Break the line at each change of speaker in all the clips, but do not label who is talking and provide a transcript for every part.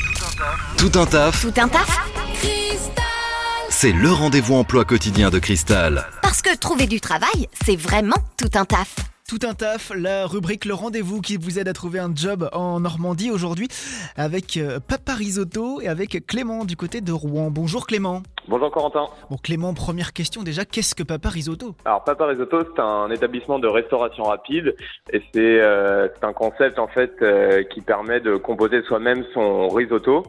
Tout un taf,
Tout un taf
c'est le rendez-vous emploi quotidien de Cristal.
Parce que trouver du travail, c'est vraiment tout un taf.
Tout un taf, la rubrique Le Rendez-vous qui vous aide à trouver un job en Normandie aujourd'hui avec euh, Papa Risotto et avec Clément du côté de Rouen. Bonjour Clément.
Bonjour Corentin.
Bon Clément, première question déjà, qu'est-ce que Papa Risotto
Alors Papa Risotto, c'est un établissement de restauration rapide et c'est euh, c'est un concept en fait euh, qui permet de composer soi-même son risotto.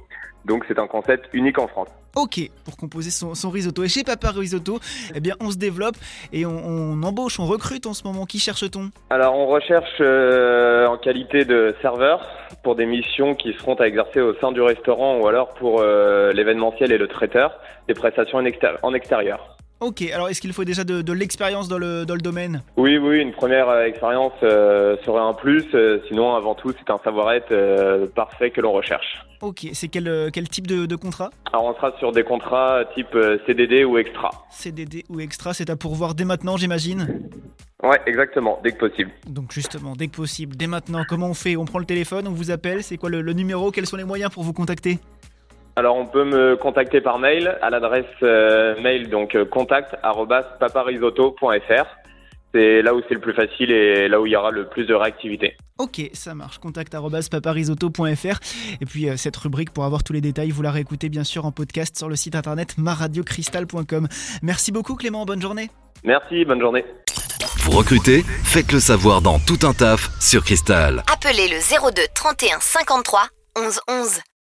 Donc c'est un concept unique en France.
Ok, pour composer son, son risotto. Et chez Papa Risotto, eh bien on se développe et on, on embauche, on recrute en ce moment. Qui cherche-t-on
Alors on recherche euh, en qualité de serveur pour des missions qui seront à exercer au sein du restaurant ou alors pour euh, l'événementiel et le traiteur, des prestations en, exté- en extérieur.
Ok, alors est-ce qu'il faut déjà de, de l'expérience dans le, dans le domaine
Oui, oui, une première euh, expérience euh, serait un plus. euh, sinon, avant tout, c'est un savoir-être euh, parfait que l'on recherche.
Ok, c'est quel, euh, quel type de, de contrat
Alors on sera sur des contrats type euh, CDD ou extra.
CDD ou extra, c'est à pourvoir dès maintenant j'imagine
Ouais, exactement, dès que possible.
Donc justement, dès que possible, dès maintenant, comment on fait On prend le téléphone, on vous appelle, c'est quoi le, le numéro Quels sont les moyens pour vous contacter
Alors on peut me contacter par mail à l'adresse euh, mail donc euh, contact@paparisotto.fr. C'est là où c'est le plus facile et là où il y aura le plus de réactivité.
Ok, ça marche, contact arobase paparisotto.fr. Et puis euh, cette rubrique, pour avoir tous les détails, vous la réécoutez bien sûr en podcast sur le site internet maradiocristal.com. Merci beaucoup Clément, bonne journée
Merci, bonne journée.
Vous recrutez Faites le savoir dans Tout un taf sur Cristal.
Appelez le 02 31 53 11 11.